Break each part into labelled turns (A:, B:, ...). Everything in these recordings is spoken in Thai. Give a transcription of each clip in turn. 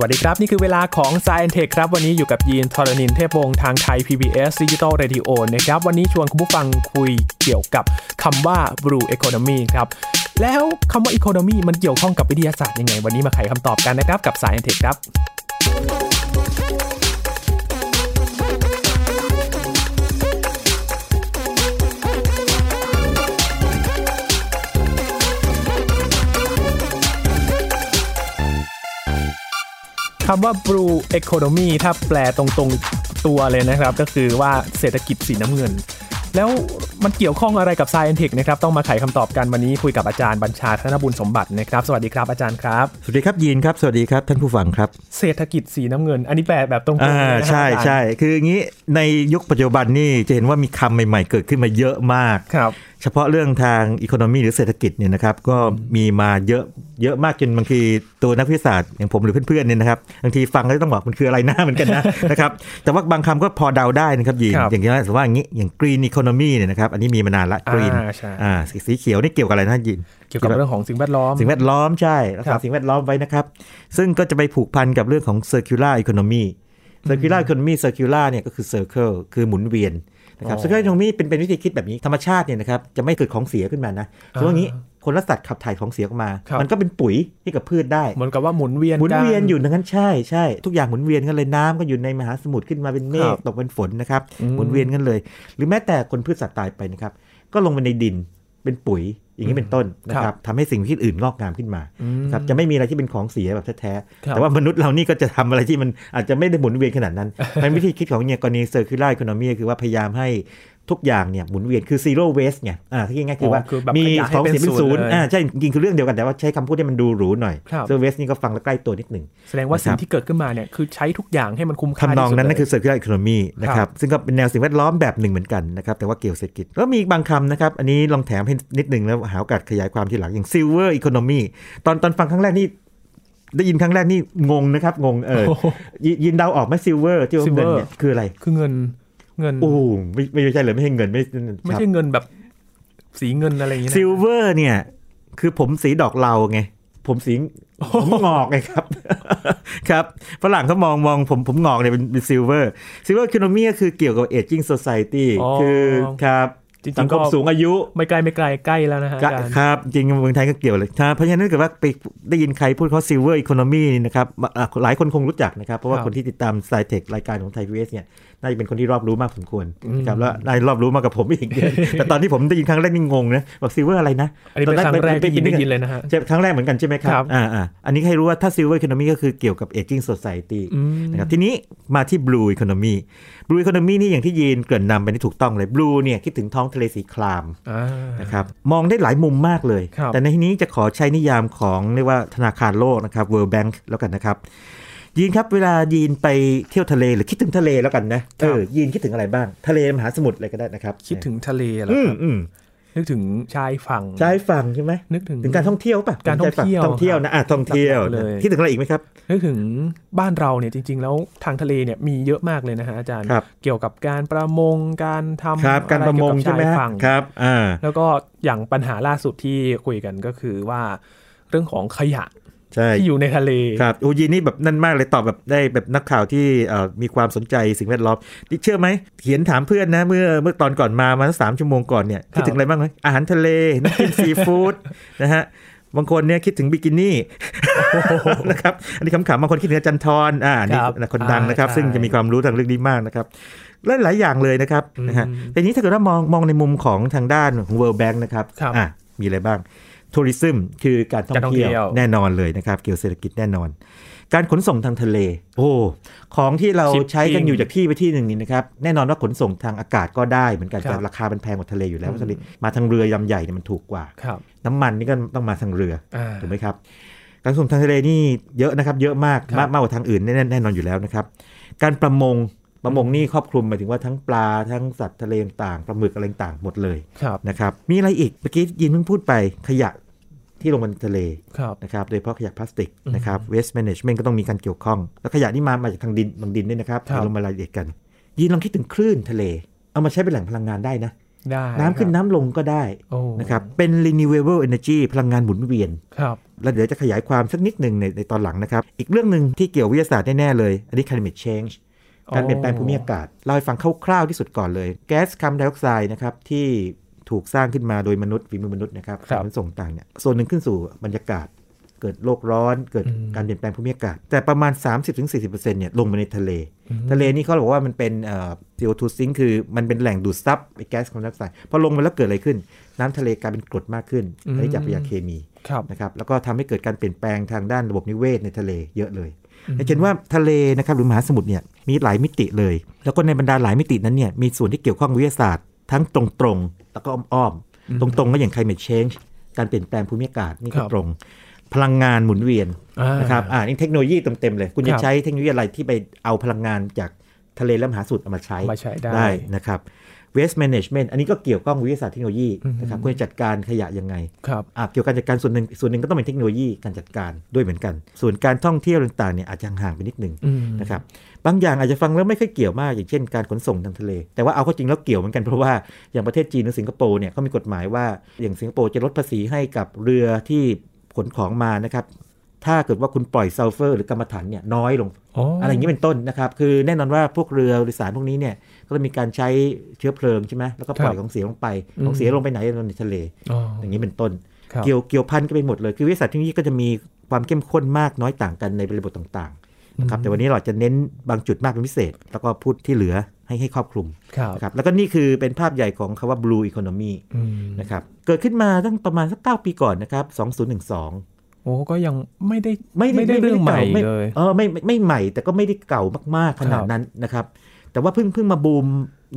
A: วัสดีครับ นี่คือเวลาของ s ซ n t e c h ครับวันนี้อยู่กับยีนทรณินเทพวงศ์ทางไทย PBS Digital Radio นะครับวันนี้ชวนคุณผู้ฟังคุยเกี่ยวกับคำว่า Blue Economy ครับแล้วคำว่า Economy มันเกี่ยวข้องกับวิทยาศาสตร์ยังไง วันนี้มาไขคำตอบกันนะครับกับ s ซ n t e c h ครับ คำว่า blue economy ถ้าแปลตรงๆตัวเลยนะครับ ก็คือว่าเศรษฐกิจสีน้ำเงิน แล้วมันเกี่ยวข้องอะไรกับ Science Tech นะครับ ต้องมาไขคำตอบกันวันนี้คุยกับอาจารย์บัญชาธนบุญสมบัตินะครับ สวัสดีครับอาจารย์ครับ
B: สวัสดีครับยีนครับ สวัสดีครับท่านผู้ฟังครับ
A: เศรษฐกิจสีน้ำเงิน อันนี้แปลแบบตรงๆ
B: อ่า
A: เลยนะครับ
B: ใช่
A: อาจารย์
B: ใช่คืออย่างนี้ในยุคปัจจุบันนี่จะเห็นว่ามีคำใหม่ๆ เกิดขึ้นมาเยอะมาก
A: ครับ
B: เฉพาะเรื่องทางอีโคโนมีหรือเศรษฐกิจเนี่ยนะครับก็มีมาเยอะเยอะมากจนบางทีตัวนักวิทยาศาสตร์อย่างผมหรือเพื่อนๆเนี่ยนะครับบางทีฟังแล้วต้องบอกมันคืออะไรนะ เหมือนกันนะ นะครับแต่ว่าบางคำก็พอเดาได้นะครับยีนอย่างเช่นสมมติว่าอย่างนี้อย่างกรีนอีโคโนมีเนี่ยนะครับอันนี้มีมานานละกรีน
A: อ่าใช่
B: อ่าสีสีเขียวนี่เกี่ยวกับอะไรนะยีน
A: เกี่ยวกับเรื่องของสิ่งแวดล้อม
B: สิ่งแวดล้อมใช่รัก
A: ครั
B: ษา
A: บ
B: สิ่งแวดล้อมไว้นะครับ ซึ่งก็จะไปผูกพันกับเรื่องของ circular economy circular economy circular เนี่ยก็คือ circle คือหมุนเวียนนะครับ
A: อ๋อ
B: circular economy เป็นเป็นวิธีคิดแบบนี้ธรรมชาติเนี่ยนะครับจะไม่เกิดของเสียขึ้นมานะเพราะว่างี้คนละสัตว์ขับถ่ายของเสียออกมา
A: ครับ
B: มันก็เป็นปุ๋ยให้กับพืชได้
A: เหมือนกับว่าหมุนเวียน
B: หมุนเวียน
A: กั
B: อยู่ดังนั้นใช่ใช่ทุกอย่างหมุนเวียนกันเลยน้ำก็อยู่ในมหาสมุทรขึ้นมาเป็นเม
A: ครั
B: ฆ
A: บ
B: ตกเป็นฝนนะครับ
A: อืม
B: หมุนเวียนกันเลย หรือแม้แต่คนพืชสัตว์ตายไปนะครับ ก็ลงไปในดินเป็นปุ๋ยอย่างนี้เป็นต้นนะค
A: ครั
B: รั
A: บบ
B: ทำให้สิ่งที่อื่นงอกงามขึ้นมา
A: อืม
B: ครับจะไม่มีอะไรที่เป็นของเสียแบบแท้ๆ
A: ครับ
B: แต่ว่ามนุษย์เรานี่ก็จะทำอะไรที่มันอาจจะไม่ได้หมุนเวียนขนาด นั้นเพราะฉะนั้นวิธีคิดของเนี่ยกรณีเซอร์คิวลาร์อีโคโนมีคือว่าพยายามให้ทุกอย่างเนี่ยหมุนเวียนคือซีโร่เวสไงอ่าที่ง่ายๆคือว่า
A: อ๋อคือแบบ
B: มี
A: ขยะให้
B: ของ
A: เป็น
B: เสียเป็น
A: ศู
B: ศู
A: น
B: น
A: ย์
B: ย์
A: เลย
B: อ่า ใช่จริงๆคือเรื่องเดียวกันแต่ว่าใช้คำพูดให้มันดูหรูหน่อย
A: ครับ
B: เซอร์เวสนี่ก็ฟังแล้วใกล้ตัวนิดหนึ่ง
A: แสดงว่า
B: นะครับ
A: สิ่งที่เกิดขึ้นมาเนี่ยคือใช้ทุกอย่างให้มันคุ้มค่า
B: ทำนองนั้นนั่นคือ
A: ที่สุด
B: เซอร์ u ิ a r อ c ค n o มีนะ
A: ค
B: ค
A: รั
B: รับ บซึ่งก็เป็นแนวสิ่งแวดล้อมแบบหนึ่งเหมือนกันนะครับแต่ว่าเกี่ยวเศรษฐกิจก็มีอีกบางคำนะครับ อันนี้ลองแถมให้นิดหนึ่งแล้วหาโอกาสขยายความทีหลังอย่างซิลเวอร์อีโคโนมีตอนตอนฟังครั้งแรกนี่ ได้ยินครั้งแรกนี่งงนะครับ งงเออ
A: โอ้โห
B: ยิยินเดาออกไหมซิลเวอร์ที่ว่าเงินเนี่ยคืออะไร
A: คือเงินเงิน
B: โอ้ไม่ไม่ใช่เลยไม่ใช่เงินไม่
A: ไม่
B: ใช่
A: ใช่เงินแบบสีเงินอะไรอย่างเงี้ย
B: ซิลเวอร์เนี่ย คือผมสีดอกเหลาไง ผมสีผมงอกไงครับ ครับฝรั่งเขามองมองผมผมงอกเนี่ยเป็นเป็นซิลเวอร์ซิลเวอร์คิโนมีก็คือเกี่ยวกับเอจิ n งโซซ i ตี้คือครับ
A: จริ
B: สั
A: งๆ
B: งค
A: ก็
B: มสูงอายุ
A: ไม่ไกลไม่ไกลใกล้แล้วนะฮะอาจารย์
B: ครับ จริงเมืองไทยก็เกี่ยวเลยถ้าเพราะฉะนั้นถ้าเกิดว่าไปได้ยินใครพูดเขาซิลเวอร์อีโคโนมีนะครับอ่ะหลายคนคงรู้จักนะครับ เพราะ
A: ค
B: ว่า
A: รับ
B: คนที่ติดตามสายเทครายการของไทยพีเอสเนี่ยน่าจะเป็นคนที่รอบรู้มากสมควรนะครับแล้วน่าจะรอบรู้มากกับผมอีก แต่ตอนที่ผมได้ยินครั้งแรกนี่งงนะบอกซิลเวอร์อะไรนะ
A: อันนี้เป็นครั้งแรกที่ยินได้ยินเลยนะฮะ
B: ใช่ครั้งแรกเหมือนกันใช่ไหมค
A: ครั
B: รับ บอ่าอ่าอันนี้ให้รู้ว่าถ้า Silver Economy ก็คือเกี่ยวกับ Aging Society
A: อืม
B: นะครับทีนี้มาที่ Blue Economy Blue Economy นี่อย่างที่ยีนเกริ่นนำไปนี่ถูกต้องเลย Blue เนี่ยคิดถึงท้องทะเลสีคราม
A: อ่า
B: นะครับมองได้หลายมุมมากเลย
A: ครับ
B: แต่ในที่นี้จะขอใช้นิยามของเรียกว่าธนาคารโลกนะครับ World Bank แล้วกันนะครับ ยีนครับเวลายีนไปเที่ยวทะเลหรือคิดถึงทะเลแล้วกันนะเออยีนคิดถึงอะไรบ้างทะเลมหาสมุทรอะไรก็ได้นะครับ
A: คิดถึงทะเลเหรอ
B: อื
A: ค
B: ม
A: รับ
B: อืม
A: นึกถึงชายฝั่ง
B: ชายฝั่งใช่ไหม
A: นึกถึง
B: ถึงการท่องเที่ยวป่ะ
A: การท่องเที่ยว
B: ท่องเที่ยวนะอ่ะท่องเที่ยว
A: หลักๆเลย
B: ที่ถึงอะไรอีกไหมครับ
A: นึกถึงบ้านเราเนี่ยจริง ๆ แล้วทางทะเลเนี่ยมีเยอะมากเลยนะฮะอาจารย์
B: ครับ
A: เกี่ยวกับการประมงการทำ
B: ครับ การประมง
A: อ
B: ใช่ไหม
A: เกี่ยวกับชาย
B: ฮะ
A: ฝั่ง
B: ครับอ่า
A: แล้วก็อย่างปัญหาล่าสุดที่คุยกันก็คือว่า เรื่องของขยะ
B: ใช่
A: ที่อยู่ในทะเล
B: ครับโอยีนี่แบบนั่นมากเลยตอบแบบได้แบบนักข่าวที่เอ่อมีความสนใจสิ่งแวดล้อมนี่เชื่อไหมเขียนถามเพื่อนนะเมื่อเมื่อตอนก่อนมามาสามชั่วโมงก่อนเนี่ย
A: ครับ
B: คิดถึงอะไรบ้างไหมอาหารทะเลน้ำจิ้มซีฟู้ด นะฮะบางคนเนี่ยคิดถึงบิกินี่ นะครับอันนี้ขำๆบางคนคิดถึงอาจันทรอ่าอันนี่
A: ครับ
B: คนดังนะครับ
A: อ่า
B: ซึ่งจะมีความรู้ทางเรื่องนี้มากนะครับและหลายอย่างเลยนะครับ
A: อืม
B: นะฮะแต่นี้ถ้าเกิดว่ามองมองในมุมของทางด้านของ World Bank นะครับ
A: ครับ
B: อ่ะมีอะไรบ้างทัวริซึมคือการท่อง
A: การท่องเที่
B: เที่
A: ย
B: ยว วแน่นอนเลยนะครับ เกี่ยวเศรษฐกิจแน่นอน การขนส่งทางทะเล โอ้ของที่เราใช้กันอยู่จากที่ไปที่หนึ่งนี่นะครับแน่นอนว่าขนส่งทางอากาศก็ได้เหมือนกัน
A: ครั
B: แต่
A: บ
B: ราคามันแพงกว่าทะเลอยู่แล้วเพราะฉะนั้นมาทางเรือยำใหญ่เนี่ยมันถูกกว่า
A: ครับ
B: น้ำมันนี่ก็ต้องมาทางเรือ
A: อ่า
B: ถูกไหมครับ การส่งทางทะเลนี่เยอะนะครับ เยอะมาก
A: ครับ
B: มากมากกว่าทางอื่นแน่แน่นอนอยู่แล้วนะครับ การประมงประมงนี่ครอบคลุมหมายถึงว่าทั้งปลาทั้งสัตว์ทะเลต่างปลาหมึกอะไรต่างหมดเลย
A: ครับ
B: นะครับ มีอะไรอีกเมื่อกี้ยินเพิ่งพูดไปขยะที่ลงบนทะเล
A: ครับ
B: นะครับ โดยเฉพาะขยะพลาสติกนะครับ waste management ก็ต้องมีการเกี่ยวข้อง แล้วขยะนี่มามาจากทางดินบางดินด้วยนะครับ
A: ครับ
B: เดี๋ยวลงมารายละเอียดกัน ยินลองคิดถึงคลื่นทะเล เอามาใช้เป็นแหล่งพลังงานได้นะ
A: ได้
B: น้ำขึ้น
A: ครับ
B: น้ำลงก็ได้
A: โอ้
B: นะครับเป็น renewable energy พลังงานหมุนเวียน
A: ครับ
B: แล้วเดี๋ยวจะขยายความสักนิดหนึ่งในในตอนหลังนะครับ อีกเรื่องหนึ่งที่เกี่ยววิทยาศาสตร์แน่ ๆ เลย อันนี้ climate change การเปลี่ยนแปลงภูมิอากาศเล่าให้ฟังคร่าวๆที่สุดก่อนเลย แก๊สคาร์บอนไดออกไซด์นะครับที่ถูกสร้างขึ้นมาโดยมนุษย์ฝีมือมนุษย์นะครับ
A: ครับ
B: มันส่งต่างเนี่ยส่วนหนึ่งขึ้นสู่บรรยากาศ เกิดโลกร้อน เกิด
A: อืม
B: การเปลี่ยนแปลงภูมิอากาศ แต่ประมาณ 30-40%เนี่ยลงมาในทะเล
A: อืม
B: ทะเลนี่เขาบอกว่ามันเป็นเอ่อ CO2 sink คือมันเป็นแหล่งดูดซับไอ้แก๊สคาร์บอนไดออกไซด์พอลงมาแล้วเกิดอะไรขึ้น น้ำทะเลกลายเป็นกรดมากขึ้นอันนี้จากปฏิกิริยาเคมี
A: ครับ
B: นะครับแล้วก็ทำให้เกิดการเปลี่ยนแปลงทางด้านระบบนิเวศในทะเลเยอะเลยเห็นว่าทะเลนะครับหรือมหาสมุทรเนี่ยมีหลายมิติเลย แล้วก็ในบรรดาหลายมิตินั้นเนี่ยมีส่วนที่เกี่ยวข้องวิทยาศาสตร์ ทั้งตรงๆ แล้วก็อ้อมๆ ตรงๆ ก็อย่าง climate change การเปลี่ยนแปลงภูมิอากาศนี่
A: ครับ
B: ก็ตรง พลังงานหมุนเวียน
A: อ่าน
B: นะครับอ่านี่เทคโนโลยีเต็มๆเลย คุณ
A: ค
B: จะ
A: รับ
B: ใช้เทคโนโลยีอะไรที่ไปเอาพลังงานจากทะเลและมหาสมุทรเอามาใช้
A: มาใช้ได้
B: ได้นะครับ waste management อันนี้ก็เกี่ยวข้องวิทยาศาสตร์เทคโนโลยี
A: อือฮึ
B: นะครับคุณจะจัดการขยะยังไง
A: ครับ
B: อ่ะเกี่ยวกับการจัดการส่วนหนึ่งส่วนหนึ่งก็ต้องเป็นเทคโนโลยีการจัดการด้วยเหมือนกัน ส่วนการท่องเที่ยวต่างๆเนี่ยอาจจะห่างไปนิดหนึ่ง
A: อืม
B: นะครับบางอย่างอาจจะฟังแล้วไม่ค่อยเกี่ยวมากอย่างเช่นการขนส่งทางทะเล แต่ว่าเอาเข้าจริงแล้วเกี่ยวเหมือนกันเพราะว่าอย่างประเทศจีนหรือสิงคโปร์เนี่ยเขามีกฎหมายว่าอย่างสิงคโปร์จะลดภาษีให้กับเรือที่ขนของมานะครับถ้าเกิดว่าคุณปล่อยซัลเฟอร์หรือกรรมฐานเนี่ยน้อยลง อะไรอย่างนี้เป็นต้นนะครับ คือแน่นอนว่าพวกเรือโดยสารพวกนี้เนี่ยก็จะมีการใช้เชื้อเพลิงใช่ไหมแล้วก็ปล่อย
A: ครับ
B: ของเสียลงไป
A: อืม
B: ของเสียลงไปไหนลงในทะเล
A: อ๋อ
B: อย่างนี้เป็นต้น
A: ครับ
B: เกี่ยวเกี่ยวพันกันไปหมดเลย คือวิทยาศาสตร์เทคโนโลยีก็จะมีความเข้มข้นมากน้อยต่างกันในบริบทต่างๆนะครับ แต่วันนี้เราจะเน้นบางจุดมากเป็นพิเศษ แล้วก็พูดที่เหลือให้ให้ครอบคลุม
A: ครับ
B: นะครับ แล้วก็นี่คือเป็นภาพใหญ่ของคำว่า blue economy
A: อืม
B: นะครับ เกิดขึ้นมาตั้งประมาณสักเก้าปีก่อนนะครับ 2012
A: โอ้ก็ยังไม่ได้
B: ไม่ได้
A: เรื่องใหม่
B: ก่าไ
A: เลย
B: เออไม่ไม่ไม่ใหม่แต่ก็ไม่ได้เก่ามากๆขนาดนั้นนะครับ แต่ว่าเพิ่งเพิ่งมาบูม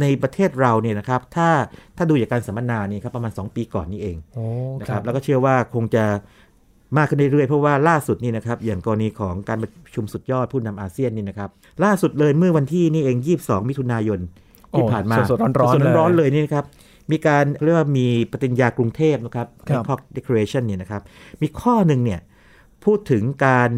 B: ในประเทศเราเนี่ยนะครับ ถ้าถ้าดูจากการสัมมนาเนี่ยครับประมาณ 2 ปีก่อนนี่เอง
A: โอ้
B: นะครับแล้วก็เชื่อว่าคงจะมากขึ้นเรื่อยๆเพราะว่าล่าสุดนี่นะครับ อย่างกรณีของการประชุมสุดยอดผู้นำอาเซียนนี่นะครับ ล่าสุดเลยเมื่อวันที่นี่เอง 22 มิถุนายนที่
A: โอ้
B: ผ่านมา
A: สดๆร้อนๆ
B: สดๆร้อนๆ
A: เลย
B: เลยนี่นะครับมีการเรียกว่ามีปฏิญญากรุงเทพนะครับ
A: ครับ
B: Bangkok Declaration เนี่ยนะครับมีข้อหนึ่งเนี่ย พูดถึงการ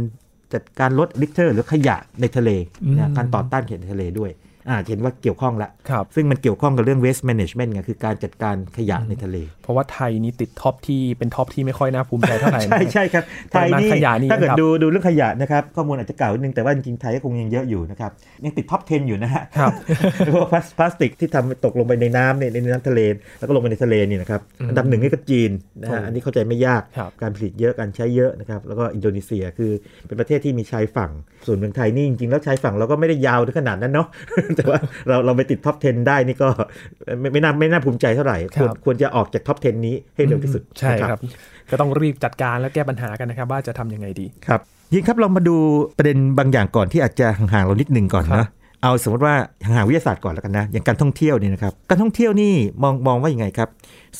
B: จัดการลดลิเตอร์หรือขยะในทะเล
A: อื
B: นะ
A: ม
B: การต่อต้านขยะในทะเลด้วยอ่าเห็นว่าเกี่ยวข้องละ
A: ครับ
B: ซึ่งมันเกี่ยวข้องกับเรื่อง waste management ไงคือการจัดการขยะในทะเล
A: เพราะว่าไทยนี่ติดท็อปที่เป็นท็อปที่ไม่ค่อยน่าภูมิใจเท่าไหร่นะ
B: ใช่ใช่ครับไทยนี่
A: ปริมาณขยะนี่
B: ถ้าเกิด
A: นะครับ
B: ดูดูเรื่องขยะนะครับ ข้อมูลอาจจะเก่านิดนึงแต่ว่าจริงๆไทยก็คงยังเยอะอยู่นะครับ ยังติดท็อป 10 อยู่นะฮะ
A: ครับ
B: เพราะว่าพลาสพลาสติกที่ทำตกลงไปในน้ำในในน้ำทะเล แล้วก็ลงไปในทะเลนี่นะครับ
A: อืม
B: อันดับหนึ่งนี่ก็จีนนะฮะ
A: โอ้
B: อันนี้เข้าใจไม่ยาก
A: ครับ
B: การผลิตเยอะการใช้เยอะนะครับแล้วก็อินโดนีเซียคือเป็นประเทศที่มีชายฝั่งส่วนเมืองไทยนี่จริงๆแล้วชายฝั่งเราก็ไม่ได้ยาวถึงขนาดนั้นเนาะ แต่ว่าเราเราไปติดท็อป 10 ได้นี่ก็ไม่ไม่น่าไม่น่าภูมิใจเท่าไหร่ควร
A: ครับ
B: ควรจะออกจากท็อป 10 นี้ให้เร็วที่สุด
A: ใช่
B: นะ
A: ครับ ก็ต้องรีบจัดการและแก้ปัญหากันนะครับ ว่าจะทำยังไงดี
B: ครับยิงครับเรามาดูประเด็นบางอย่างก่อนที่อาจจะห่างๆเรานิดหนึงก่อน
A: ครั
B: นะ
A: บ
B: เอาสมมติว่าห่างๆวิทยาศาสตร์ก่อนแล้วกันนะอย่างการท่องเที่ยวเนี่ยนะครับการท่องเที่ยวนี่มองมองว่าอย่างไงครับ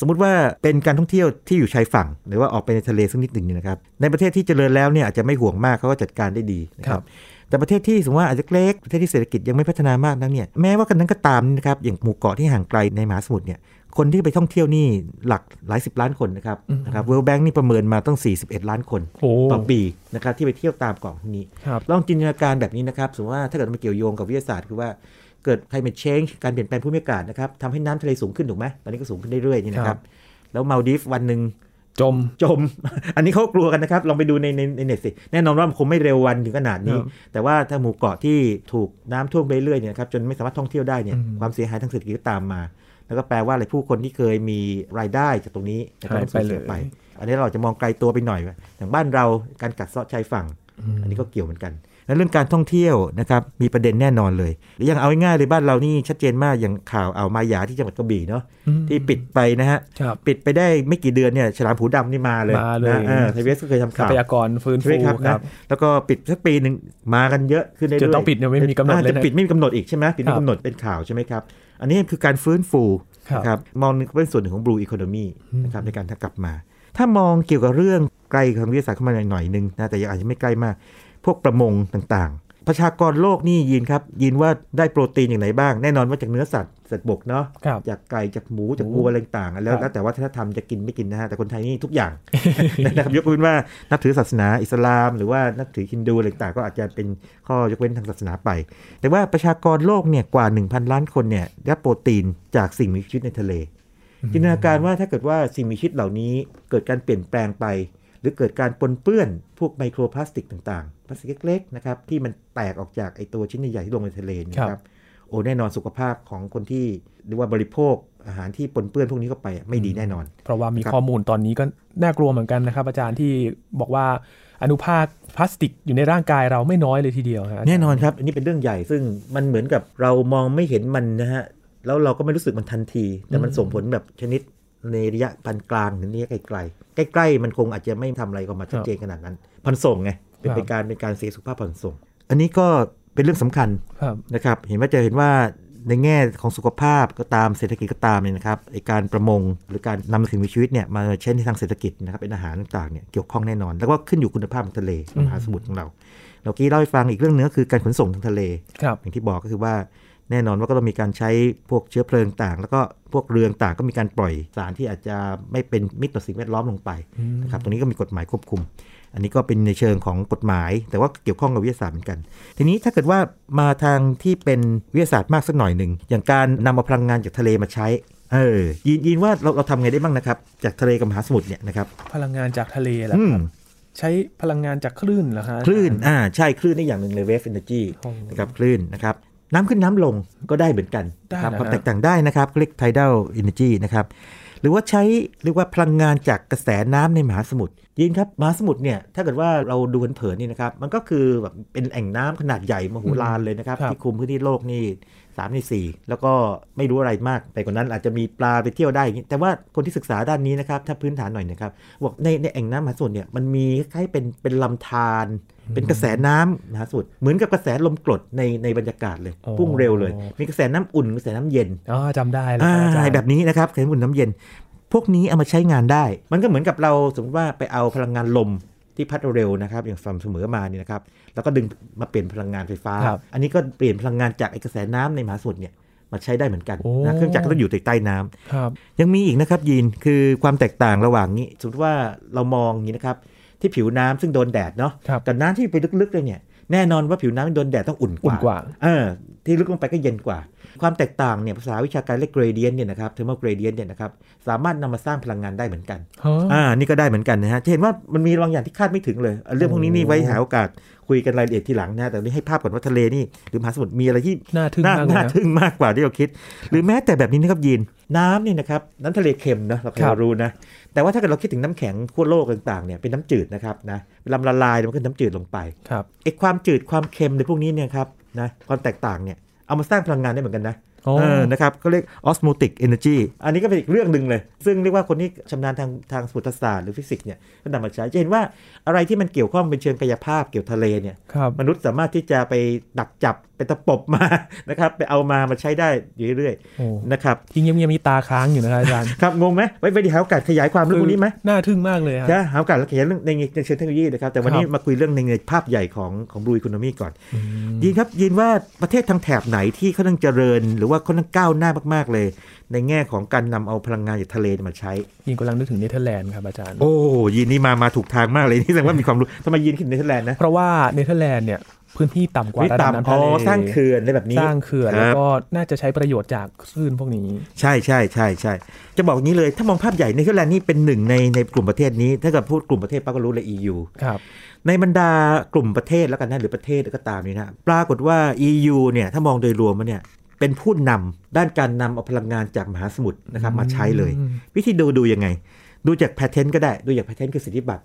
B: สมมติว่าเป็นการท่องเที่ยวที่อยู่ชายฝั่ง หรือว่าออกไปในทะเลสักนิดหนึ่งเนี่ยนะครับในประเทศที่เจริญแล้วเนี่ยอาจจะไม่ห่วงมากเขาก็จัดการได้ดีนะครับ แต่ประเทศที่สมมติว่าอาจจะเล็กประเทศที่เศรษฐกิจยังไม่พัฒนามากนักเนี่ยแม้ว่ากันนั้นก็ตามนะครับอย่างหมู่เกาะที่ห่างไกลในมหาสมุทรเนี่ยคนที่ไปท่องเที่ยวนี่หลักหลายสิบล้านคนนะครับนะครับเวิลด์แบงก์นี่ประเมินมาตั้ง 41 ล้านคน
A: โอ้
B: ต่อปีนะครับที่ไปเที่ยวตามเกาะพวกนี้
A: ครับ
B: ลองจินตนาการแบบนี้นะครับ สมมติว่าถ้าเกิดมันเกี่ยวโยงกับวิทยาศาสตร์คือว่าเกิด climate change การเปลี่ยนแปลงภูมิอากาศนะครับทำให้น้ำทะเลสูงขึ้นถูกไหมตอนนี้ก็สูงขึ้นเรื่อยๆนี่นะค
A: ครั
B: รับ บ แล้วมาดิฟวันหนึ่ง
A: จม
B: จม อันนี้เขากลัวกันนะครับ ลองไปดูในในในเน็ตสิ แน่นอนว่ามันคงไม่เร็ววันถึงขนาดนี้
A: ครับ
B: แต่ว่าถ้าหมู่เกาะที่ถูกน้ำท่วมไปเรื่อยเนี่ยนะครับจนไม่สามารถท่องเที่ยวได้เนี่ย
A: อืม
B: ความเสียหายทางเศรษฐกิจก็ตามมา แล้วก็แปลว่าอะไรผู้คนที่เคยมีรายได้จากตรงนี้
A: หายไปเลย
B: ไป อันนี้เราจะมองไกลตัวไปหน่อยอย่างบ้านเราการกัดเซาะชายฝั่ง อันนี้ก็เกี่ยวเหมือนกัน แล้วเรื่องการท่องเที่ยวนะครับมีประเด็นแน่นอนเลยหรืออย่างเอาง่ายๆเลยบ้านเรานี่ชัดเจนมากอย่างข่าวอ่าวมายาที่จังหวัดกระบี่เนาะ
A: อืม
B: ที่ปิดไปนะฮะ
A: ครับ
B: ปิดไปได้ไม่กี่เดือนเนี่ยฉลามหูดำนี่มาเลย
A: มาเลย
B: นะออไทยเวสก็เคยทำ
A: ทรั
B: ข่าว
A: พยากรฟื้น
B: ใช่ไห
A: ฟู
B: มครับ
A: ค
B: นะ
A: รับ
B: แล้วก็ปิดสักปีหนึ่งมากันเยอะขึ้นเรื่อยๆ
A: จนต้องปิดเนี่ยไม่มีกำหนด
B: อ่า
A: เลยนะ
B: จะปิดไม่มีกำหนดอีกใช่ไหมปิด
A: ค
B: ไม่
A: รับ
B: มีกำหนดเป็นข่าวใช่ไหมครับอันนี้คือการฟื้นฟู
A: ครับ
B: นะครับมองเป็นส่วนหนึ่งของ blue economy นะครับในการกลับมา ถ้ามองเกี่ยวกับเรื่องใกล้ทางวิทยาศาสตร์เข้ามาหน่อยนึงนะแต่ยังอาจจะไม่ใกล้มาก พวกประมงต่างๆ ประชากรโลกนี่ยินครับ ยินว่าได้โปรตีนอย่างไรบ้าง แน่นอนว่าจากเนื้อสัตว์สัตว์บกเนาะ
A: ครับ
B: จากไก่จากหมูจาก
A: หมู
B: วัวอะไรต่างๆแล้
A: ค
B: ว
A: รับ
B: แล้วแต่ว่าถ้าทำจะกินไม่กินนะฮะแต่คนไทยนี่ทุกอย่าง นะครับ ยกเว้นว่านับถือศาสนาอิสลาม หรือว่านับถือฮินดูอะไรต่างๆก็อาจจะเป็นข้อยกเว้นทางศาสนาไป แต่ว่าประชากรโลกเนี่ยกว่า 1,000 ล้านคนเนี่ยได้รับโปรตีนจากสิ่งมีชีวิตในทะเล จินตนาการว่าถ้าเกิดว่าสิ่งมีชีวิตเหล่านี้เกิดการเปลี่ยนแปลงไป หรือเกิดการปนเปื้อนพวกไมโครพลาสติกต่างๆพลาสติกเล็กๆนะครับที่มันแตกออกจากไอตัวชิ้นใหญ่ๆที่ลงในทะเลเนยนะค
A: ครั
B: รับบ โอ้แน่นอนสุขภาพของคนที่เรียกว่าบริโภคอาหารที่ปนเปื้อนพวกนี้เข้าไปอะไม่ดีแน่นอน
A: เพราะว่ามี
B: ครับ
A: ข้อมูลตอนนี้ก็น่ากลัวเหมือนกันนะครับ อาจารย์ที่บอกว่าอนุภาคพลาสติกอยู่ในร่างกายเราไม่น้อยเลยทีเดียวฮะ
B: แน่นอนครับ อันนี้เป็นเรื่องใหญ่ซึ่งมันเหมือนกับเรามองไม่เห็นมันนะฮะ แล้วเราก็ไม่รู้สึกมันทันที แต่มันส่งผลแบบชนิดในระยะปานกลางหรือระยะไกลๆใกล้ ๆ มันคงอาจจะไม่ทำอะไรออกมาชัดเจนขนาดนั้นผ่อนส่งไงเป็นเป็นการเป็นการเสียสุขภาพผ่อนส่ง อันนี้ก็เป็นเรื่องสำคัญ
A: ครับ
B: นะครับเห็นว่าจะเห็นว่าในแง่ของสุขภาพก็ตามเศรษฐกิจก็ตามเนี่ยนะครับไอการประมงหรือการนำสิ่งมีชีวิตเนี่ยมาใช้ในทางเศรษฐกิจนะครับเป็นอาหารต่างๆเนี่ยเกี่ยวข้องแน่นอน แล้วก็ขึ้นอยู่คุณภาพของทะเล
A: อืม
B: มหาสมุทรของเราเรากี้เล่าให้ฟังอีกเรื่องหนึงก็คือการขนส่งทางทะเล
A: ครับ
B: อย่างที่บอกก็คือว่าแน่นอนว่าก็ต้องมีการใช้พวกเชื้อเพลิงต่าง แล้วก็พวกเรือต่างก็มีการปล่อยสารที่อาจจะไม่เป็นมิตรต่อสิ่งแวดล้อมลงไป
A: อืม
B: นะครับตรงนี้ก็มีกฎหมายควบคุม อันนี้ก็เป็นในเชิงของกฎหมาย แต่ว่าเกี่ยวข้องกับวิทยาศาสตร์เหมือนกัน ทีนี้ถ้าเกิดว่ามาทางที่เป็นวิทยาศาสตร์มากสักหน่อยหนึ่งอย่างการนำเอาพลังงานจากทะเลมาใช้เออยินยินว่าเราเราทำไงได้บ้างนะครับจากทะเลกับมหาสมุทรเนี่ยนะครับ
A: พลังงานจากทะเลแหละ
B: อืม
A: ใช้พลังงานจากคลื่นเหรอฮะ
B: คลื่น อ่า ใช่ คลื่นนี่อย่างหนึ่งเลยเวฟเอเนจี
A: โอ้โห
B: นะครับ คลื่นนะครับ น้ำขึ้นน้ำลงก็ได้เหมือนกัน
A: ได้
B: นะครับ
A: นะฮะ
B: ความแตกต่างได้นะครับเรียกไทดัลเอเนจีนะครับ หรือว่าใช้เรียกว่าพลังงานจากกระแสน้ำในมหาสมุทรยินครับ มหาสมุทรเนี่ย ถ้าเกิดว่าเราดูเผินๆนี่นะครับ มันก็คือแบบเป็นแอ่งน้ำขนาดใหญ่มโหฬารเลยนะครับ
A: ครับ
B: ที่คลุมพื้นที่โลกนี่สามในสี่แล้วก็ไม่รู้อะไรมากไปกว่านั้นอาจจะมีปลาไปเที่ยวได้อย่างงี้แต่ว่าคนที่ศึกษาด้านนี้นะครับ ถ้าพื้นฐานหน่อยนะครับบอกในในแอ่งน้ำมหาสมุทรเนี่ยมันมีคล้ายๆเป็นเป็นลำธาร เป็นกระแสน้ำมหาสมุทรเหมือนกับกระแสลมกรดในในบรรยากาศเลย
A: อ๋อ
B: พุ่งเร็วเลย มีกระแสน้ำอุ่นกระแสน้ำเย็น
A: อ๋อจำได้แล้ว
B: อ่า
A: ครับอาจารย์
B: แบบนี้นะครับแข็งอุ่นน้ำเย็น พวกนี้เอามาใช้งานได้ มันก็เหมือนกับเราสมมติว่าไปเอาพลังงานลมที่พัดเร็วนะครับ อย่างสม่ำเสมอมาเนี่ยนะครับ แล้วก็ดึงมาเปลี่ยนพลังงานไฟฟ้า
A: ครับ
B: อันนี้ก็เปลี่ยนพลังงานจากไอ้กระแสน้ำในมหาสมุทรเนี่ยมาใช้ได้เหมือนกัน
A: โอ้
B: นะเครื่องจักรก็ต้องอยู่ใต้น้ำ
A: ครับ
B: ยังมีอีกนะครับยีนคือความแตกต่างระหว่างนี้สมมติว่าเรามองอย่างนี้นะครับ ที่ผิวน้ำซึ่งโดนแดดเนาะ
A: ครับ
B: กับน้ำที่ไปลึกๆเลยเนี่ยแน่นอนว่าผิวน้ำที่โดนแดดต้องอุ่นกว่า
A: อุ่นกว่า
B: เออที่ลึกลงไปก็เย็นกว่า ความแตกต่างเนี่ยภาษาวิชาการเรียกเกรเดียนเนี่ยนะครับเทอร์โมเกรเดียนเนี่ยนะครับสามารถนำมาสร้างพลังงานได้เหมือนกัน
A: ฮะ
B: อ่า นี่ก็ได้เหมือนกันนะฮะจะเห็นว่ามันมีบางอย่างที่คาดไม่ถึงเลย เรื่องพวกนี้นี่ไว้หาโอกาสคุยกันรายละเอียดทีหลังนะแต่วันนี้ให้ภาพก่อนว่าทะเลนี่หรือมหาสมุทรมีอะไรที่
A: น่าทึ่ง
B: น่าม
A: ากเลย
B: น่า
A: นะ
B: ทึ่งมากกว่าที่เราคิด หรือแม้แต่แบบนี้นะครับยีน น้ำเนี่ยนะครับน้ำทะเลเค็มนะเราเคย
A: ครับ
B: รู้นะ แต่ว่าถ้าเกิดเราคิดถึงน้ำแข็งขั้วโลกต่างๆเนี่ยเป็นน้ำจืดนะครับนะเวลามันละลายเนี่ยมันก็น้ำจืดลงไป
A: ครับ
B: ไอ้ความจืดความเค็มในพวกนี้เนี่ยครับนะความแตกต่างเนี่ยเอามาสร้างพลังงานได้เหมือนกันนะ
A: โอ้
B: เออ นะครับ ก็เรียก osmotic energy อันนี้ก็เป็นอีกเรื่องหนึ่งเลย ซึ่งเรียกว่าคนที่ชำนาญทางทางสมุทรศาสตร์หรือฟิสิกส์เนี่ย ก็นำมาใช้ จะเห็นว่าอะไรที่มันเกี่ยวข้องเป็นเชิงกายภาพเกี่ยวทะเลเนี่ย
A: ครับ
B: มนุษย์สามารถที่จะไปดักจับไปตะปบมา นะครับ ไปเอามามาใช้ได้อยู่เรื่อย
A: โอ้
B: ๆ นะครับ
A: ที่เงียบๆมีตาค้างอยู่นะครับอาจารย์
B: ครับ งงไหมไว้ไปดีหาโอกาสขยายความเรื่องพวกนี้ไหม
A: น่าทึ่งมากเลยครับ
B: จะหาโอกาสขยายเรื่องในในเชิงเทคโนโลยีนะครับ แต่วันนี้มาคุยเรื่องในในภาพใหญ่ของของบรูอีโคโนมีก่อน ยินครับยินว่าประเทศทางแถบไหนที่เขาต้องเจริญ หรือว่าเขาต้องก้าวหน้ามากๆเลย ในแง่ของการนำเอาพลังงานจากทะเลมาใช้
A: ยิงกำลังนึกถึงเนเธอร์แลนด์ครับอาจารย์
B: โอ้ยินนี่มามาถูกทางมากเลย นี่แสดงว่ามีความรู้ทำไมยินคิดถึงเนเธอร์แลนด์นะ
A: เพราะว่าเนเธอร์แลนด์เนี่ยพื้นที่ต่ำกว่า
B: นี่
A: ระดับ
B: ตาม
A: น้ำ
B: อ๋อ
A: ทะเล
B: สร้างเขื่อนอะไรแบบนี้
A: สร้างเขื่อน
B: ครับ
A: แล้วก็น่าจะใช้ประโยชน์จากคลื่นพวกนี้
B: ใช่ใช่ใช่ใช่จะบอกงี้เลยถ้ามองภาพใหญ่เนเธอร์แลนด์นี่เป็นหนึ่งในในกลุ่มประเทศนี้ ถ้าเกิดพูดกลุ่มประเทศป้าก็รู้เลย EU
A: ครับ
B: ในบรรดากลุ่มประเทศแล้วกันนะหรือประเทศก็ตามนี่นะปรากฏว่า EU เนี่ยถ้ามองโดยรวมมันเนี่ยเป็นผู้นำด้านการนำเอาพลังงานจากมหาสมุทรนะครับมาใช้เลย
A: อืม
B: วิธีดูดูยังไง ดูจากแพทเทนต์ก็ได้ ดูจากแพทเทนต์คือสิทธิบัตร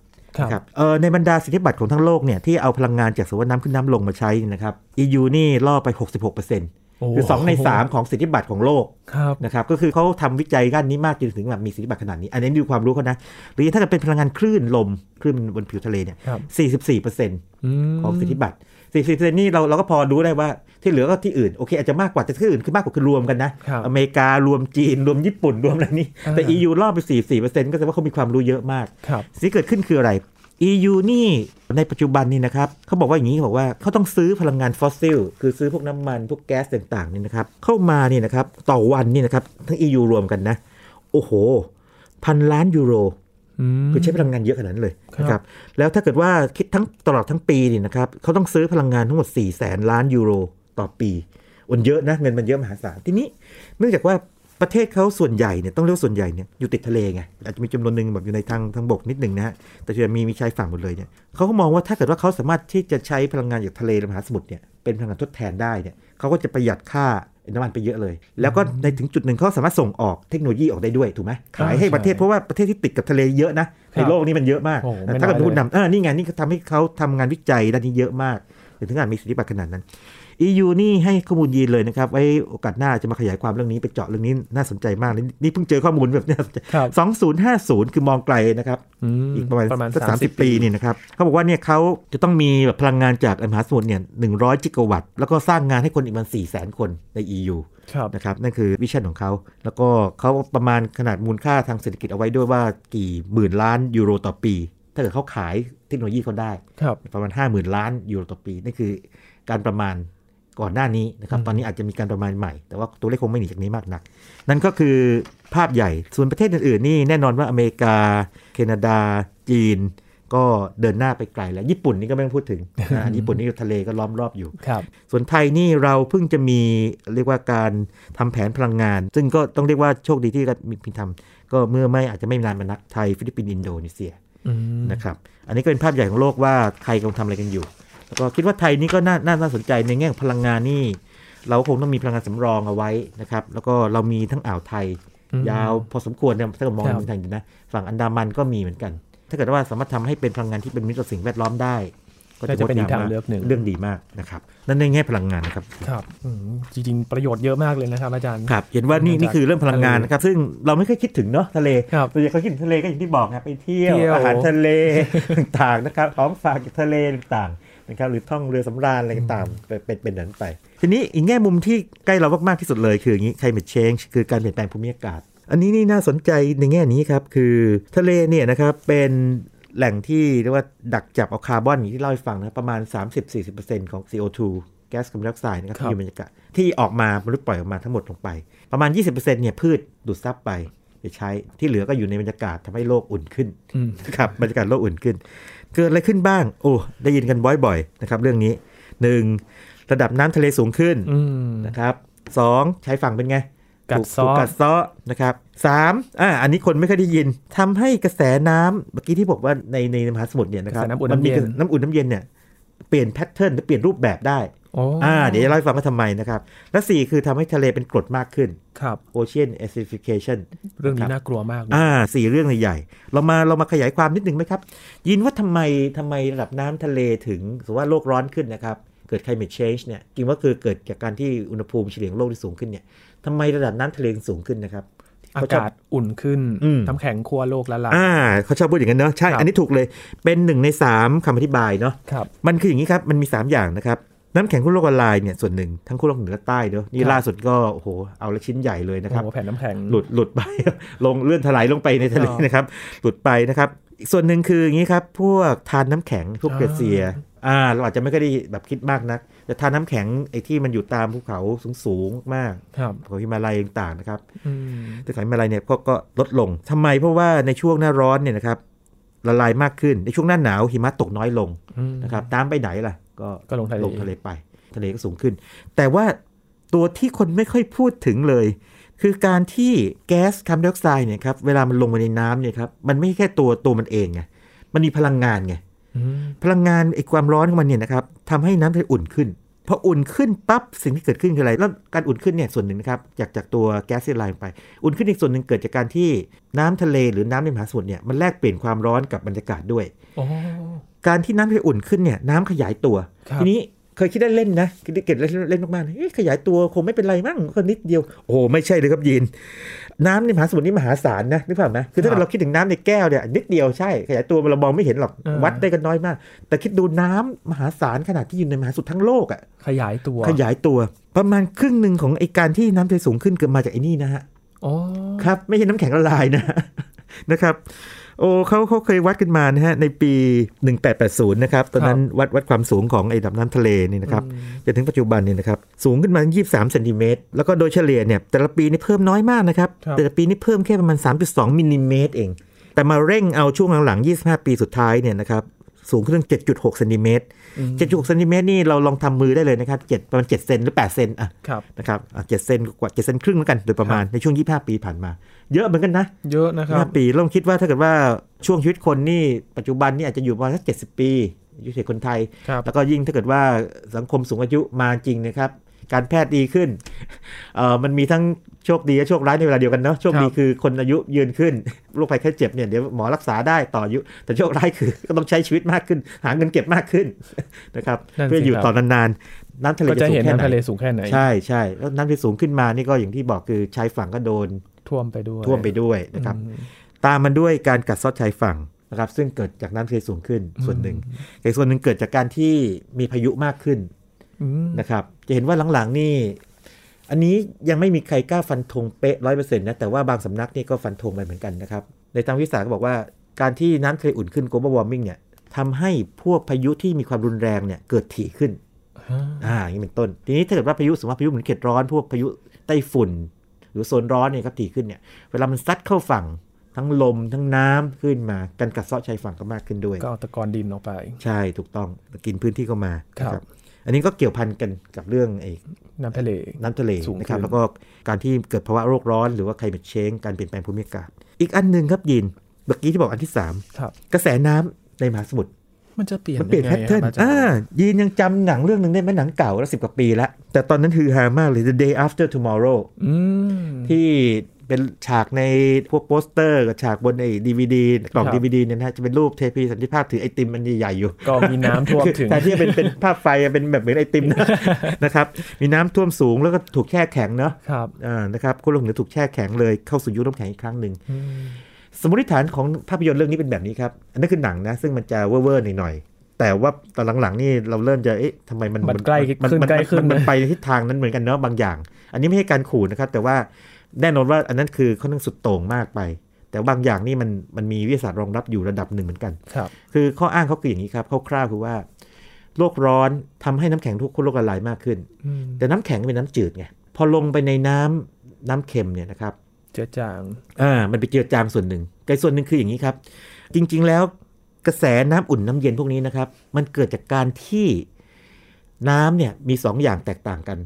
A: ครับ
B: นะเอ่อในบรรดาสิทธิบัตรของทั้งโลกเนี่ยที่เอาพลังงานจากสวนน้ำขึ้นน้ำลงมาใช้นี่นะครับ EU นี่ล่อไป 66%
A: โอ้
B: คือสองในสามของสิทธิบัตรของโลก
A: ครับ
B: นะครับก็คือเขาทำวิจัยด้านนี้มากจนถึงแบบมีสิทธิบัตรขนาดนี้ อันนี้ดูความรู้เขานะ หรือถ้าเกิดเป็นพลังงานคลื่นลมคลื่นบนผิวทะเลเนี่ย
A: ครับ
B: 44%
A: ม
B: ของสิทธิบัตร44%นี่เราเราก็พอรู้ได้ว่าที่เหลือก็ที่อื่น โอเค อาจจะมากกว่าแต่ที่อื่นคือมากกว่าคือรวมกันนะ
A: ครับ
B: อเมริการวมจีน รวมญี่ปุ่น รวมอะไรนี่ แต่
A: อ่า
B: EU รอบไป 44%ก็แสดงว่าเขามีความรู้เยอะมาก
A: ครับ
B: สิ่งที่เกิดขึ้นคืออะไร EU นี่ในปัจจุบันนี่นะครับเขาบอกว่าอย่างนี้เขาบอกว่าเขาต้องซื้อพลังงานฟอสซิล คือซื้อพวกน้ำมันพวกแก๊สต่างๆนี่นะครับเข้ามาเนี่ยนะครับต่อวันนี่นะครับทั้ง EU รวมกันนะ โอ้โห พันล้านยูโร
A: อืม
B: คือใช้พลังงานเยอะขนาดนั้นเลย
A: ครับ
B: นะครับแล้วถ้าเกิดว่าคิดทั้งตลอดทั้งปีนี่นะครับเขาต้องซื้อพลังงานทั้งหมด 4 0 0แสนล้านยูโรต่อปีอันเยอะนะเงินมันเยอะมหาศาลทีนี้เนื่องจากว่า ประเทศเขาส่วนใหญ่เนี่ยต้องเรียกว่าส่วนใหญ่เนี่ยอยู่ติดทะเลไงอาจจะมีจำนวนหนึ่งแบบอยู่ในทางทางบกนิดหนึ่งนะฮะแต่ส่วนใหญ่มีมีชายฝั่งหมดเลยเนี่ยเขาก็มองว่าถ้าเกิดว่าเขาสามารถที่จะใช้พลังงานจากทะเลและมหาสมุทรเนี่ยเป็นพลังงานทดแทนได้เนี่ยเขาก็จะประหยัดค่าน้ำมันไปเยอะเลย แล้วก็ในถึงจุดหนึ่งเขาสามารถส่งออกเทคโนโลยีออกได้ด้วยถูกไหมขายให้ประเทศเพราะว่าประเทศที่ติดกับทะเลเยอะนะในโลกนี้มันเยอะมาก
A: โอ้โหไม่
B: ถ้าเกิด
A: น้อยเลย
B: ผู้นำเออนี่ไงนี่ก็ทำให้เขาทำงานวิจัยด้านนี้เยอะมากถึงขนาดมีสิทธิบัตรขนาดนั้น EU นี่ให้ข้อมูลยีนเลยนะครับ ไว้โอกาสหน้าจะมาขยายความเรื่องนี้ไปเจาะเรื่องนี้น่าสนใจมากเลยนี่เพิ่งเจอข้อมูลแบบเนี้ย
A: ครับ
B: 2050 คือมองไกลนะครับ
A: ม
B: อีกประมาณ
A: ประมาณ
B: สักสามสิบ
A: 30
B: ปีเนี่ยนะครับเขาบอกว่าเนี่ยเขาจะต้องมีแบบพลังงานจากมหาสมุทรเนี่ยหนึ่งร้อยจิกะวัตต์ แล้วก็สร้างงานให้คนอีกประมาณสี่แสนคนใน EU
A: ครับ
B: นะครับนั่นคือวิชั่นของเขา แล้วก็เขาประมาณขนาดมูลค่าทางเศรษฐกิจเอาไว้ด้วยว่ากี่หมื่นล้านยูโรต่อปี ถ้าเกิดเขาขายเทคโนโลยีเขาได้
A: ครับ
B: ประมาณ 5 0,000 ล้านยูโรต่อปีนั่นคือการประมาณก่อนหน้านี้นะครับ
A: อืม
B: ตอนนี้อาจจะมีการประมาณใหม่ แต่ว่าตัวเลขคงไม่หนีจากนี้มากนัก นั่นก็คือภาพใหญ่ส่วนประเทศอื่นๆนี่แน่นอนว่าอเมริกา แคนาดา จีน ก็เดินหน้าไปไกลแล้ว ญี่ปุ่นนี่ก็ไม่ต้องพูดถึงนะ ญี่ปุ่นนี่ทะเลก็ล้อมรอบอยู่
A: ครับ
B: ส่วนไทยนี่เราเพิ่งจะมีเรียกว่าการทำแผนพลังงาน ซึ่งก็ต้องเรียกว่าโชคดีที่รัฐมีพินทำก็เมื่อไม่อาจจะไม่นานมานักไทยฟิลิปปินส์อินโดนีเซีย
A: อืม
B: นะครับ อันนี้ก็เป็นภาพใหญ่ของโลกว่าไทยกำลังทำอะไรกันอยู่ แล้วก็คิดว่าไทยนี่ก็น่าน่าน่าสนใจในแง่ของพลังงานนี่ เราคงต้องมีพลังงานสำรองเอาไว้นะครับ แล้วก็เรามีทั้งอ่าวไทย
A: อืม
B: ยาวพอสมควรนะถ้าเกิดมอง
A: ครั
B: ใน
A: บ
B: เมืองไทยนะฝั่งอันดามันก็มีเหมือนกัน ถ้าเกิดว่าสามารถทำให้เป็นพลังงานที่เป็นมิตรต่อสิ่งแวดล้อมได้ ก็
A: น่าจะเป็นอีก
B: งด
A: ทาง
B: ม
A: เลือกหนึ่ง
B: เรื่องดีมากนะครับ นั่นในแง่พลังงานนะครับ
A: ครับอืมจริงๆ ประโยชน์เยอะมากเลยนะครับอาจารย์
B: ครับเห็นว่านี่
A: มาจาก
B: นี่คือเรื่องพลังงานนะครับซึ่งเราไม่เคยคิดถึงเนาะทะเล
A: ครับ
B: ส่วนใหญ่เขาคิดถึงทะเลก็อย่างที่บอกนะไปเที่ยว
A: เที่ยว
B: อาหารทะเล ต่างๆนะครับของฝากจากทะเลต่างๆนะครับหรือท่องเรือสำราญอะไรต่างๆเป็นเป็นเป็นนั้นไป ทีนี้อีกแง่มุมที่ใกล้เรามากๆที่สุดเลยคืออย่างนี้ climate change คือการเปลี่ยนแปลงภูมิอากาศ อันนี้นี่น่าสนใจในแง่นี้ครับคือทะเลเนี่ยนะครับเป็นแหล่งที่เรียกว่าดักจับเอาคาร์บอนอย่างที่เล่าให้ฟังนะประมาณ 30-40%ของ CO2 แก๊สคาร์บอนไดออกไซด์นะครับ
A: ครับ
B: ที่อยู่ใน บรรยากาศที่ออกมามนุษย์ปล่อยออกมาทั้งหมดลงไป ประมาณ 20%เนี่ยพืชดูดซับไปไปใช้ที่เหลือก็อยู่ในบรรยากาศทำให้โลกอุ่นขึ้น
A: อืม
B: นะครับบรรยากาศโลกอุ่นขึ้น เกิดอะไรขึ้นบ้าง โอ้ ได้ยินกันบ่อยๆนะครับเรื่องนี้ 1. ระดับน้ำทะเลสูงขึ้น
A: อืม
B: นะครับสองชายฝั่งเป็นไง
A: กัด
B: ถู
A: เซาะ
B: ถูกัดเซาะนะครับสามอ่าอันนี้คนไม่เคอยได้ยินทำให้กระแสน้ำเมื่อกี้ที่บอกว่าในในมหาสมุทรเนี่ยนะครับ
A: กระแสน้ำอุ่นน้ำ
B: มี
A: เย็น
B: น้ำอุ่นน้ำเย็นเนี่ยเปลี่ยนแพทเทิร์นหรือเปลี่ยนรูปแบบได้
A: โอ้
B: อ่าเดี๋ยวจะเล่าให้ฟังว่าทำไมนะครับ และ 4 คือทำให้ทะเลเป็นกรดมากขึ้น
A: ครับ
B: Ocean acidification
A: เรื่อง
B: ครั
A: นี้
B: บ
A: น่ากลัวมากเลย
B: อ่าสี่เรื่องใหญ่ๆเรามาเรามาขยายความนิดหนึ่งไหมครับ ยินว่าทำไมทำไมระดับน้ำทะเลถึงสมมติว่าโลกร้อนขึ้นนะครับ เกิด climate change เนี่ยจริงว่าคือเกิดจากการที่อุณหภูมิเฉลี่ยของโลกที่สูงขึ้นเนี่ยทำไมระดับน้ำทะเลถึงสูงขึ้นนะครับ
A: อากาศอุ่นขึ้น
B: อืม
A: น้ำแข็งคั่วโลกละลาย
B: อ่าเขาชอบพูดอย่างนั้นเนอะใช่
A: ครับ
B: อันนี้ถูกเลยเป็นหนึ่งในสามคำอธิบายเนาะ
A: ครับ
B: มันคืออย่างนี้ครับ มันมี 3 อย่างนะครับ น้ำแข็งขั้วโลกละลายเนี่ยส่วนหนึ่งทั้งขั้วโลกเหนือและใต้เนอะนี่
A: ครับ
B: ล่าสุดก็โอ้โหเอาละชิ้นใหญ่เลยนะครับ
A: โอ้โหแผ่นน้ำแข็ง
B: หลุดหลุดไป ลงเลื่อนถลายลงไปในทะเล
A: อ๋อ
B: นะครับ หลุดไปนะครับอีกส่วนหนึ่งคืออย่างนี้ครับ พวกทานน้ำแข็งพวก
A: อ่า
B: เกรดเซียอ่าเราอาจจะไม่ค่อยได้แบบคิดมากนัก แต่ทานน้ำแข็งไอ้ที่มันอยู่ตามภูเขาสูงสูงๆมาก
A: ครับ
B: ภูเขาหิมาลัยต่างๆนะครับ
A: อืม
B: แต่สารหิมาลัยเนี่ยก็ก็ลดลงทำไมเพราะว่าในช่วงหน้าร้อนเนี่ยนะครับละลายมากขึ้นในช่วงหน้าหนาวหิมะตกน้อยลง นะครับน้ำไปไหนล่ะ ก็
A: ก็ลงทะเล
B: ลงทะเลไป ทะเลก็สูงขึ้น แต่ว่าตัวที่คนไม่ค่อยพูดถึงเลย คือการที่แก๊สคาร์บอนไดออกไซด์เนี่ยครับเวลามันลงมาในน้ำเนี่ยครับมันไม่ใช่แค่ตัวตัวมันเองไงมันมีพลังงานไง
A: อืม
B: พลังงานไอ้ความร้อนของมันเนี่ยนะครับทำให้น้ำทะเลอุ่นขึ้นพออุ่นขึ้นปั๊บสิ่งที่เกิดขึ้นคืออะไรแล้วการอุ่นขึ้นเนี่ยส่วนหนึ่งนะครับจากจากตัวแก๊สที่ละลายลงไป อุ่นขึ้นอีกส่วนหนึ่งเกิดจากการที่น้ำทะเลหรือน้ำในมหาสมุทรเนี่ยมันแลกเปลี่ยนความร้อนกับบรรยากาศด้วย
A: โอ้
B: การที่น้ำทะเลอุ่นขึ้นเนี่ยน้ำขยายตัว
A: ครับ
B: ทีนี้เคยคิดได้เล่นนะคิดได้เก็ดเล่นเล่นมากๆนะเอ๊ะขยายตัวคงไม่เป็นไรมั้งก็นิดเดียว โอ้โหไม่ใช่เลยครับยีนน้ำในมหาสมุทรนี่มหาศาลนะนึกภาพไหมคือถ้าเกิดเราคิดถึงน้ำในแก้วเนี่ยนิดเดียวใช่ ขยายตัวเรามองไม่เห็นหรอกวัดได้ก็น้อยมาก แต่คิดดูน้ำมหาศาลขนาดที่อยู่ในมหาสมุทรทั้งโลกอ่ะ
A: ขยายตัว
B: ขยายตัวประมาณครึ่งหนึ่งของไอการที่น้ำทะเลสูงขึ้นเกิดมาจากไอ้นี่นะฮะ
A: โอ้
B: ครับ ไม่ใช่น้ำแข็งละลายนะ นะครับ โอ้เขาเขาเคยวัดกันมานะฮะในปี 1880 นะครับ ตอนนั้นวัดวัดความสูงของไอ้ดับน้ำทะเลนี่นะครับจนถึงปัจจุบันเนี่ยนะครับ สูงขึ้นมา 23เซนติเมตรแล้วก็โดยเฉลี่ยเนี่ยแต่ละปีนี่เพิ่มน้อยมากนะครับ แต่ละปีนี่เพิ่มแค่ประมาณ 3.2มิลลิเมตรเอง แต่มาเร่งเอาช่วงหลังๆ 25 ปีสุดท้ายเนี่ยนะครับ สูงขึ้นถึง7.6เซนติเมตร7.6เซนติเมตรนี่เราลองทำมือได้เลยนะครับ7ประมาณ7เซนหรือ8เซนอ่ะ
A: ครับ
B: นะครับเจ็ดเซนกว่า7เซนครึ่งแล้วกันโดยประมาณในช่วง 25 ปีผ่านมา เยอะเหมือนกันนะ
A: เยอะนะครั
B: ห้า
A: บ
B: ปีเราคิดว่าถ้าเกิดว่าช่วงชีวิตคนนี่ปัจจุบันนี่อาจจะอยู่ประมาณสักเจ็ดสิบปีอายุเฉลี่ยคนไทย
A: ครับ
B: แล้วก็ยิ่งถ้าเกิดว่าสังคมสูงอายุมาจริงนะครับ การแพทย์ดีขึ้นเอ่อมันมีทั้งโชคดีและโชคร้ายในเวลาเดียวกันเนาะโชคดี
A: ครับ
B: คือคนอายุยืนขึ้นโรคภัยไข้เจ็บเนี่ยเดี๋ยวหมอรักษาได้ต่ออายุ แต่โชคร้ายคือ ก็ต้องใช้ชีวิตมากขึ้น หาเงินเก็บมากขึ้น นะครับ
A: นั่นสิ
B: เพื่ออยู่
A: ครับ
B: ต่อนานๆน้ำทะเล
A: ก็
B: จะ
A: จะ
B: สูง
A: เห็น
B: แค่ไห
A: น้ำทะเล
B: น
A: สูงแค่ไหน
B: ใช่ใช่แล้วน้ำทะเลสูงขึ้นมานี่ก็อย่างที่บอกคือชายฝั่งก็โดน
A: ท่วมไปด้วย
B: ท่วมไปด้วยนะครับ
A: อืม
B: ตามมาด้วยการกัดเซาะชายฝั่งนะครับซึ่งเกิดจากน้ำทะเลสูงขึ้นส่วนหนึ่งอีกส่วนหนึ่งเกิดจากการที่มีพายุมากขึ้น
A: อืม
B: นะครับ จะเห็นว่าหลังๆนี่ อันนี้ยังไม่มีใครกล้าฟันธงเป๊ะร้อยเปอร์เซ็นต์นะแต่ว่าบางสำนักนี่ก็ฟันธงไปเหมือนกันนะครับ ในทางวิสาสตร์ก็บอกว่าการที่น้ำทะเลอุ่นขึ้น global warming เนี่ยทำให้พวกพายุที่มีความรุนแรงเนี่ยเกิดถี่ขึ้น
A: ฮะ
B: อ่าอย่างนี้เป็นต้น ทีนี้ถ้าเกิดว่าพายุสมมติว่าพายุเหมือนเขตร้อนพวกพายุไต้ฝุ่น หรือโซนร้อนเนี่ยครับถี่ขึ้นเนี่ยเวลามันซัดเข้าฝั่งทั้งลมทั้งน้ำขึ้นมาการกัดเซาะชายฝั่งก็มากขึ้นด้วย
A: ก็เอาตะกอนดินออกไป
B: ใช่ถูกต้องกินพื้นที่เข้ามา
A: ครับ
B: นะอันนี้ก็เกี่ยวพันกันกับเรื่องไอ้
A: น้ำทะเล
B: น้ำทะเล
A: สูงขึ้น
B: นะครับแล้วก็การที่เกิดภาวะโลกร้อน หรือว่า climate change การเปลี่ยนแปลงภูมิอากาศอีกอันหนึ่งครับยินเมื่อกี้ที่บอกอันที่สาม
A: ครับ
B: กระแสน้ำในมหาสมุทร
A: มันจะเปลี่ยน
B: มันเปลี่ยน
A: ยัง
B: แพ
A: ไง
B: ทเทิร์น
A: ครับอาจารย์
B: อ่ายีนยังจำหนังเรื่องหนึ่งได้ไหมหนังเก่าแล้วสิบกว่าปีแล้ว แต่ตอนนั้นฮือฮามากเลย The Day After Tomorrow
A: อืม
B: ที่เป็นฉากในพวกโปสเตอร์กับฉากบนไอ้ดีวดีกล่อง
A: ครับ
B: ดีวดีเนี่ยนะฮะจะเป็นรูปเทพีสันติภาพถือไอติมมันใหญ่ๆอยู่
A: ก็มีน้ำท่วม ถึง
B: แต่ที่เป็นเป็นภาพไฟอะเป็นแบบเหมือนไอติมนะ นะครับ มีน้ำท่วมสูงแล้วก็ถูกแช่แข็งเนาะ
A: ครับ
B: อ่านะครับคนลงเหนือถูกแช่แข็งเลยเข้าสู่ยุคน้ำแข็งอีกครั้งหนึ่ง
A: อืม
B: สมมติฐานของภาพยนตร์เรื่องนี้เป็นแบบนี้ครับ อันนั้นคือหนังนะ ซึ่งมันจะเว่อร์ๆหน่อยๆ แต่ว่าตอนหลังๆนี่เราเริ่มจะ เอ๊ะทำไมมัน
A: มันใกล้
B: มั
A: ขึ้น
B: มั
A: ใกล้ขึ้น
B: มัน
A: นะ
B: ไปในทิศทางนั้นเหมือนกันเนาะบางอย่าง อันนี้ไม่ใช่การขู่นะครับ แต่ว่าแน่นอนว่าอันนั้นคือค่อนข้างสุดโต่งมากไป แต่บางอย่างนี่มันมันมีวิทยาศาสตร์รองรับอยู่ระดับหนึ่งเหมือนกัน
A: ครับ
B: คือข้ออ้างเขาคืออย่างนี้ครับคร่าวๆคือว่าโลกร้อนทำให้น้ำแข็งทุกคนโลกละลายมากขึ้น
A: อืม
B: แต่น้ำแข็งเป็นน้ำจืดไงพอลงไปในน้ำน้ำเค็มเนี่ยนะครับ
A: เจือจาง
B: อ่ามันไปเจือจางส่วนหนึ่งแต่ส่วนหนึ่งคืออย่างนี้ครับ จริงๆแล้วกระแสน้ำอุ่นน้ำเย็นพวกนี้นะครับ มันเกิดจากการที่น้ำเนี่ยมีสองอย่างแตกต่างกัน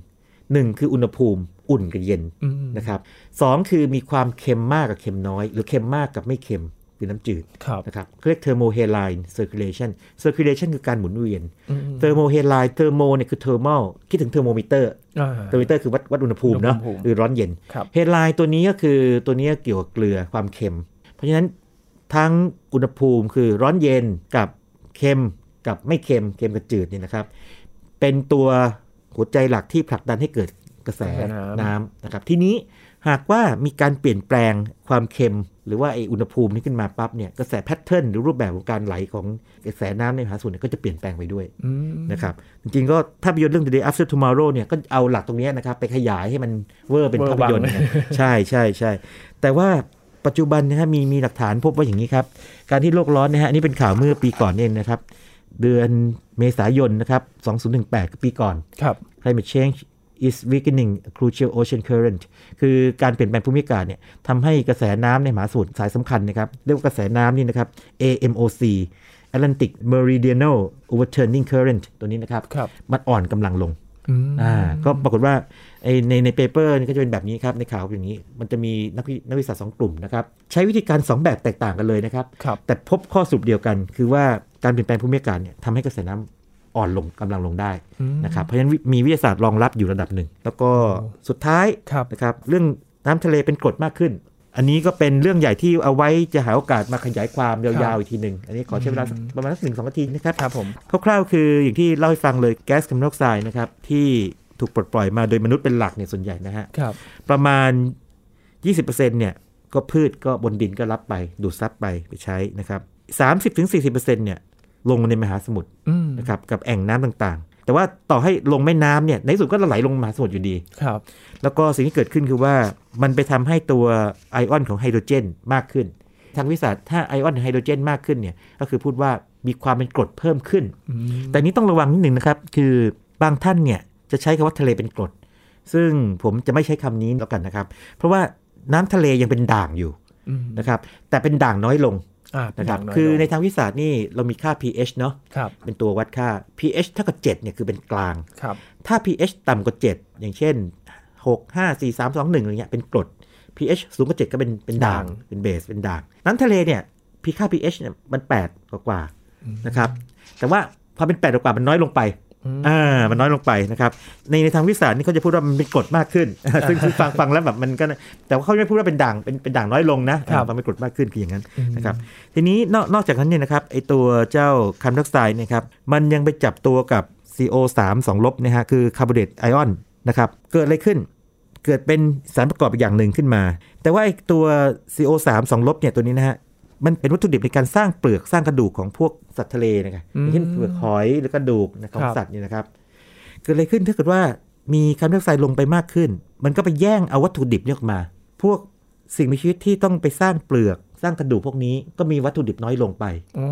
B: หนึ่งคืออุณหภูมิอุ่นกับเย็น
A: อืม
B: นะครับสองคือมีความเค็มมากกับเค็มน้อย หรือเค็มมากกับไม่เค็มคือน้ำจืด
A: ครับ
B: นะครับเขาเรียกเทอร์โมเฮไลน์เซอร์คิลเลชันเซอร์คิลเลชันคือการหมุนเวียน
A: อืม
B: เทอร์โมเฮไลน์เทอร์โมเนี่ยคือเทอร์มอลคิดถึงเทอร์โมมิเตอร์
A: อ่า
B: เทอร์มิเตอร์คือวัดวัดอุณหภูมิเนาะ
A: อุณหภูมิ
B: หรือร้อนเย็น
A: ครับ
B: เฮดไลน์ตัวนี้ก็คือตัวนี้เกี่ยวกับเกลือความเค็ม เพราะฉะนั้นทั้งอุณหภูมิคือร้อนเย็นกับเค็มกับไม่เค็มเค็มกับจืดเนี่ยนะครับ เป็นตัวหัวใจหลักที่ผลักดันให้เกิดกระแส
A: กระแสน้ำ
B: น้ำนะครับทีนี้หากว่ามีการเปลี่ยนแปลงความเค็ม หรือว่าไออุณหภูมินี้ขึ้นมาปั๊บเนี่ยกระแสแพทเทิร์นหรือรูปแบบของการไหลของกระแสน้ำในมหาสมุทรเนี่ยก็จะเปลี่ยนแปลงไปด้วย
A: อืม
B: นะครับจริงๆก็ภาพยนตร์เรื่อง The Day After Tomorrow เนี่ยก็เอาหลักตรงเนี้ยนะครับไปขยายให้มันเวอร์เป็นภาพยนตร์นะใช่ใช่ใช่แต่ว่าปัจจุบันนะฮะมีมีหลักฐานพบว่าอย่างนี้ครับ การที่โลกร้อนนะฮะอันนี้เป็นข่าวเมื่อปีก่อนเองนะครับ เดือนเมษายนนะครับ 2018ก็ปีก่อน
A: ครับ
B: Climate change is weakening crucial ocean current คือการเปลี่ยนแปลงภูมิอากาศเนี่ยทำให้กระแสน้ำในมหาสมุทรสายสำคัญนะครับ เรียกว่ากระแสน้ำนี่นะครับ AMOC Atlantic Meridional Overturning Current ตัวนี้นะครับ
A: ครับ
B: มันอ่อนกำลังลง
A: อืม
B: อ่า ก็ปรากฏว่าไอ้ในในเปเปอร์นี่ก็จะเป็นแบบนี้ครับ ในข่าวอย่างนี้ มันจะมีนักวินักวิชาสตร์สองกลุ่มนะครับ ใช้วิธีการ 2 แบบแตกต่างกันเลยนะครับ
A: ครับ
B: แต่พบข้อสรุปเดียวกัน คือว่าการเปลี่ยนแปลงภูมิอากาศเนี่ยทำให้กระแสน้ำอ่อนลงกำลังลงได้
A: อืม
B: นะครับ เพราะฉะนั้นวิมีวิทยาศาสตร์รองรับอยู่ระดับหนึ่ง แล้วก็สุดท้าย
A: ครับ
B: นะครับ เรื่องน้ำทะเลเป็นกรดมากขึ้น อันนี้ก็เป็นเรื่องใหญ่ที่เอาไว้จะหาโอกาสมาขยายความยาวๆอีกทีหนึ่งอันนี้ขอใช้เวลาสักประมาณสักหนึ่งสองนาทีนะครับ
A: ครับผม
B: คร่าวๆคืออย่างที่เล่าให้ฟังเลยแก๊สคาร์บอนไดออกไซด์นะครับ ที่ถูกปลดปล่อยมาโดยมนุษย์เป็นหลักเนี่ยส่วนใหญ่นะฮะ
A: ครับ
B: ประมาณ 20%เนี่ยก็พืชก็บนดินก็รับไป ดูดซับไปไปใช้นะครับ 30-40%เนี่ยลงมาในมหาสมุทร
A: อืม
B: นะครับกับแอ่งน้ำต่างๆ แต่ว่าต่อให้ลงแม่น้ำเนี่ยในที่สุดก็ไหลลงมหาสมุทรอยู่ดี
A: ครับ
B: แล้วก็สิ่งที่เกิดขึ้นคือว่ามันไปทำให้ตัวไอออนของไฮโดรเจนมากขึ้น ทางวิสาสตร์ถ้าไอออนของไฮโดรเจนมากขึ้นเนี่ยก็คือพูดว่ามีความเป็นกรดเพิ่มขึ้น
A: อืม
B: แต่นี้ต้องระวังนิดหนึ่งนะครับ คือบางท่านเนี่ยจะใช้คำว่าทะเลเป็นกรด ซึ่งผมจะไม่ใช้คำนี้แล้วกันนะครับ เพราะว่าน้ำทะเลยังเป็นด่างอยู่
A: อืม
B: นะครับ แต่เป็นด่างน้อยลง
A: อ่าเป็น
B: นะค
A: อ
B: รับ
A: ย่างน้อย
B: คือใน
A: ลง
B: ทางวิทยาศาสตร์นี่เรามีค่า pH เนาะ
A: ครับ
B: เป็นตัววัดค่า pH เท่ากับ7เนี่ยคือเป็นกลาง
A: ครับ
B: ถ้า pH ต่ำกว่า 7 อย่างเช่น 6 5 4 3 2 1อะไรเงี้ยเป็นกรด pH สูงกว่า 7 ก็เป็นเป็นด่าง เป็นเบส เป็นด่าง น้ำทะเลเนี่ยพีค่า pH เนี่ยมัน 8 กว่ากว่าๆนะครับ แต่ว่าพอเป็น 8 กว่ากว่าๆมันน้อยลงไป อ่า มันน้อยลงไปนะครับ ในในทางวิทยาศาสตร์นี่เขาจะพูดว่ามันเป็นกรดมากขึ้น ซึ่งซึ่งฟังฟังแล้วแบบมันก็ แต่ว่าเขาไม่พูดว่าเป็นด่าง เป็นเป็นด่างน้อยลงนะอ่าฟังเป็นกรดมากขึ้นคืออย่างนั้น นะครับทีนี้นอกนอกจากนั้นเนี่ยนะครับไอตัวเจ้าคาร์บอนไดออกไซด์เนี่ยครับมันยังไปจับตัวกับ CO3 2ลบนะฮะคือคาร์บอนเดตไอออนนะครับเกิดอะไรขึ้น เกิดเป็นสารประกอบอีกอย่างหนึ่งขึ้นมา แต่ว่าไอตัว CO3 2ลบเนี่ยตัวนี้นะฮะมันเป็นวัตถุดิบในการสร้างเปลือกสร้างกระดูกของพวกสัตว์ทะเลนะครับอย่างเช่นเปลือกหอยหรือกระดูกนะของสัตว์เนี่ยนะครับเกิดอะไรขึ้นถ้าเกิดว่ามีคาร์บอนไดออกไซด์ลงไปมากขึ้น มันก็ไปแย่งเอาวัตถุดิบเนี่ยออกมา พวก สิ่งมีชีวิตที่ต้องไปสร้างเปลือกสร้างกระดูกพวกนี้ก็มีวัตถุดิบน้อยลงไป
A: อ๋อ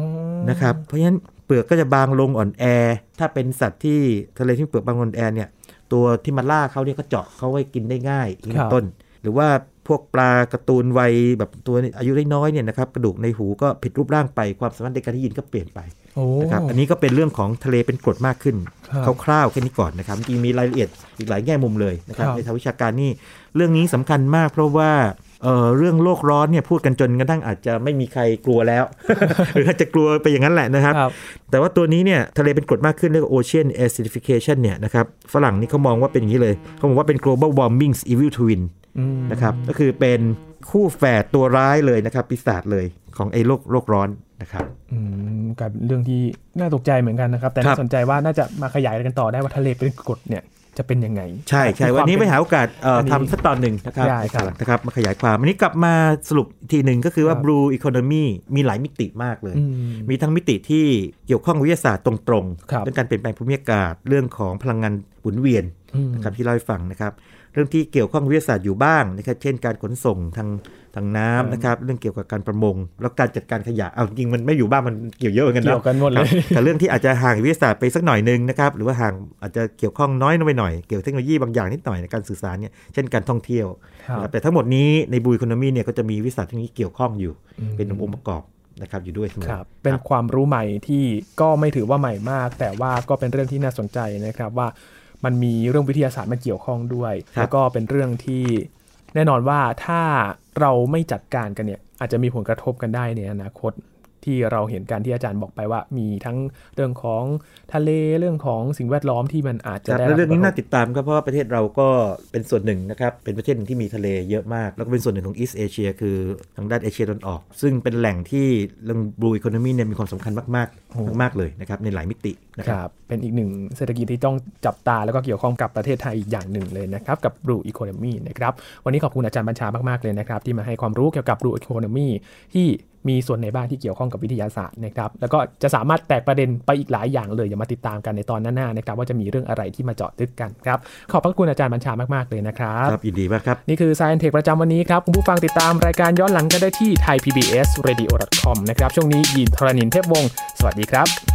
B: นะครับเพราะฉะนั้นเปลือกก็จะบางลงอ่อนแอ ถ้าเป็นสัตว์ที่ทะเลที่เปลือกบางอ่อนแอเนี่ยตัวที่มาล่าเขาเนี่ยก็เจาะเขาไว้กินได้ง่ายอย่างนี้เป็นต้น หรือว่าพวกปลาการ์ตูนวัยแบบตัวอายุน้อยๆเนี่ยนะครับกระดูกในหูก็ผิดรูปร่างไปความสามารถในการได้ยินก็เปลี่ยนไป
A: โอ้
B: นะครับอันนี้ก็เป็นเรื่องของทะเลเป็นกรดมากขึ้น
A: ครับ
B: คร่าวๆแค่นี้ก่อนนะครับจริงๆมีรายละเอียดอีกหลายแง่มุมเลยนะครับ
A: ครับ
B: ใน ในทางวิชาการนี่เรื่องนี้สำคัญมากเพราะว่าเอ่อเรื่องโลกร้อนเนี่ยพูดกันจนกระทั่งอาจจะไม่มีใครกลัว แล้ว หรืออาจจะกลัวไปอย่างนั้นแหละนะครับ
A: ครับ
B: แต่ว่าตัวนี้เนี่ยทะเลเป็นกรดมากขึ้นเรียกว่า ocean acidification เนี่ยนะครับฝรั่งนี่เขามองว่าเป็นอย่างนี้เลยเขาบอกว่าเป็น global warming evil twin
A: อืม
B: นะครับก็คือเป็นคู่แฝดตัวร้ายเลยนะครับปีศาจเลยของไอ้โลกโลกร้อนนะครับ
A: อืมกลายเป็นเรื่องที่น่าตกใจเหมือนกันนะครับ แต่
B: ครั
A: น่า
B: บ
A: สนใจว่าน่าจะมาขยายกันต่อได้ว่าทะเลเป็นกรดเนี่ยจะเป็นยังไง
B: ใช่ใช่
A: มีความ
B: วันนี้ไปหาโอกาสเอ่ออน
A: นี้
B: ทำสักตอนหนึ่งนะครับ
A: ได้ครับ
B: นะครับมาขยายความอันนี้กลับมาสรุปอีกทีหนึ่งก็คือว่า
A: ครับ
B: blue economy มีหลายมิติมากเลย
A: อืม
B: มีทั้งมิติที่เกี่ยวข้องกับวิทยาศาสตร์ตรง
A: ครับ
B: ๆ เรื่องการเปลี่ยนแปลงภูมิอากาศ เรื่องของพลังงานหมุนเวียน
A: อืม
B: นะครับที่เล่าให้ฟังนะครับ เรื่องที่เกี่ยวข้องกับวิทยาศาสตร์อยู่บ้างนะครับเช่นการขนส่งทางทางน้ำนะครับ เรื่องเกี่ยวกับการประมง แล้วการจัดการขยะเอาจริงมันไม่อยู่บ้างมันเกี่ยวเยอะเหมือนกัน
A: เกี่ย
B: เนาะ
A: วกันหมดเลย
B: ครับแต่เรื่องที่อาจจะห่างวิทยาศาสตร์ไปสักหน่อยหนึงนะครับ หรือว่าห่างอาจจะเกี่ยวข้องน้อยลงไปหน่อย เกี่ยวกับเทคโนโลยีบางอย่างนิดหน่อยในการสื่อสารเนี่ยเช่นการท่องเที่ยว
A: ครับ
B: นะครับแต่ทั้งหมดนี้ในบู e ค o นมีเนี่ยก็จะมีวิสัยทัศน์ที่เกี่ยวข้องอยู่ เป็นองค์ประกอบนะครับอยู่ด้วยเสมอ
A: ครับ เป็นความรู้ใหม่ที่ก็ไม่ถือว่าใหม่มาก แต่ว่าก็เป็นเรื่องที่น่าสนใจนะครับว่ามันมีเรื่องวิทยาศาสตร์มาเกี่ยวข้องด้วย แล้วก็เป็นเรื่องที่แน่นอนว่าถ้าเราไม่จัดการกันเนี่ยอาจจะมีผลกระทบกันได้ในอนาคต ที่เราเห็นการที่อาจารย์บอกไปว่า มีทั้งเรื่องของทะเลเรื่องของสิ่งแวดล้อมที่มันอาจ
B: ค
A: จะ
B: รับ
A: ได้
B: และเรื่องนี้
A: ผลกระ
B: น่า
A: ทบ
B: ติดตามครับเพราะว่าประเทศเราก็เป็นส่วนหนึ่งนะครับเป็นประเทศหนึ่งที่มีทะเลเยอะมาก แล้วก็เป็นส่วนหนึ่งของอีสเอเชียคือทางด้านเอเชียตะวันออก ซึ่งเป็นแหล่งที่เรื่องบูอีโคโนมีเนี่ยมีความสำคัญมาก
A: โอ้โห
B: ๆมากๆเลยนะครับในหลายมิตินะ
A: ค
B: ครับ
A: รับ เป็นอีกหนึ่งเศรษฐกิจที่ต้องจับตาแล้วก็เกี่ยวข้องกับประเทศไทยอีกอย่างหนึ่งเลยนะครับ กับ Blue Economy นะครับ วันนี้ขอบคุณอาจารย์บัญชามาก ๆ เลยนะครับ ที่มาให้ความรู้เกี่ยวกับ Blue Economy ที่มีส่วนในบ้างที่เกี่ยวข้องกับวิทยาศาสตร์นะครับ แล้วก็จะสามารถแตกประเด็นไปอีกหลายอย่างเลย อย่ามาติดตามกันในตอนหน้าๆนะครับว่าจะมีเรื่องอะไรที่มาเจาะลึกกันครับ ขอบพระคุณอาจารย์บัญชามาก ๆ เลยนะครับ
B: ครับยินดีมากครับ
A: นี่คือ Science Tech ประจำวันนี้ครับ คุณผู้ฟังติดตามรายการย้อนหลังกันได้ที่ thaipbsradio.com นะครับช่วงนี้ยีนทรณินเทพวงศ์สวัสดีครับ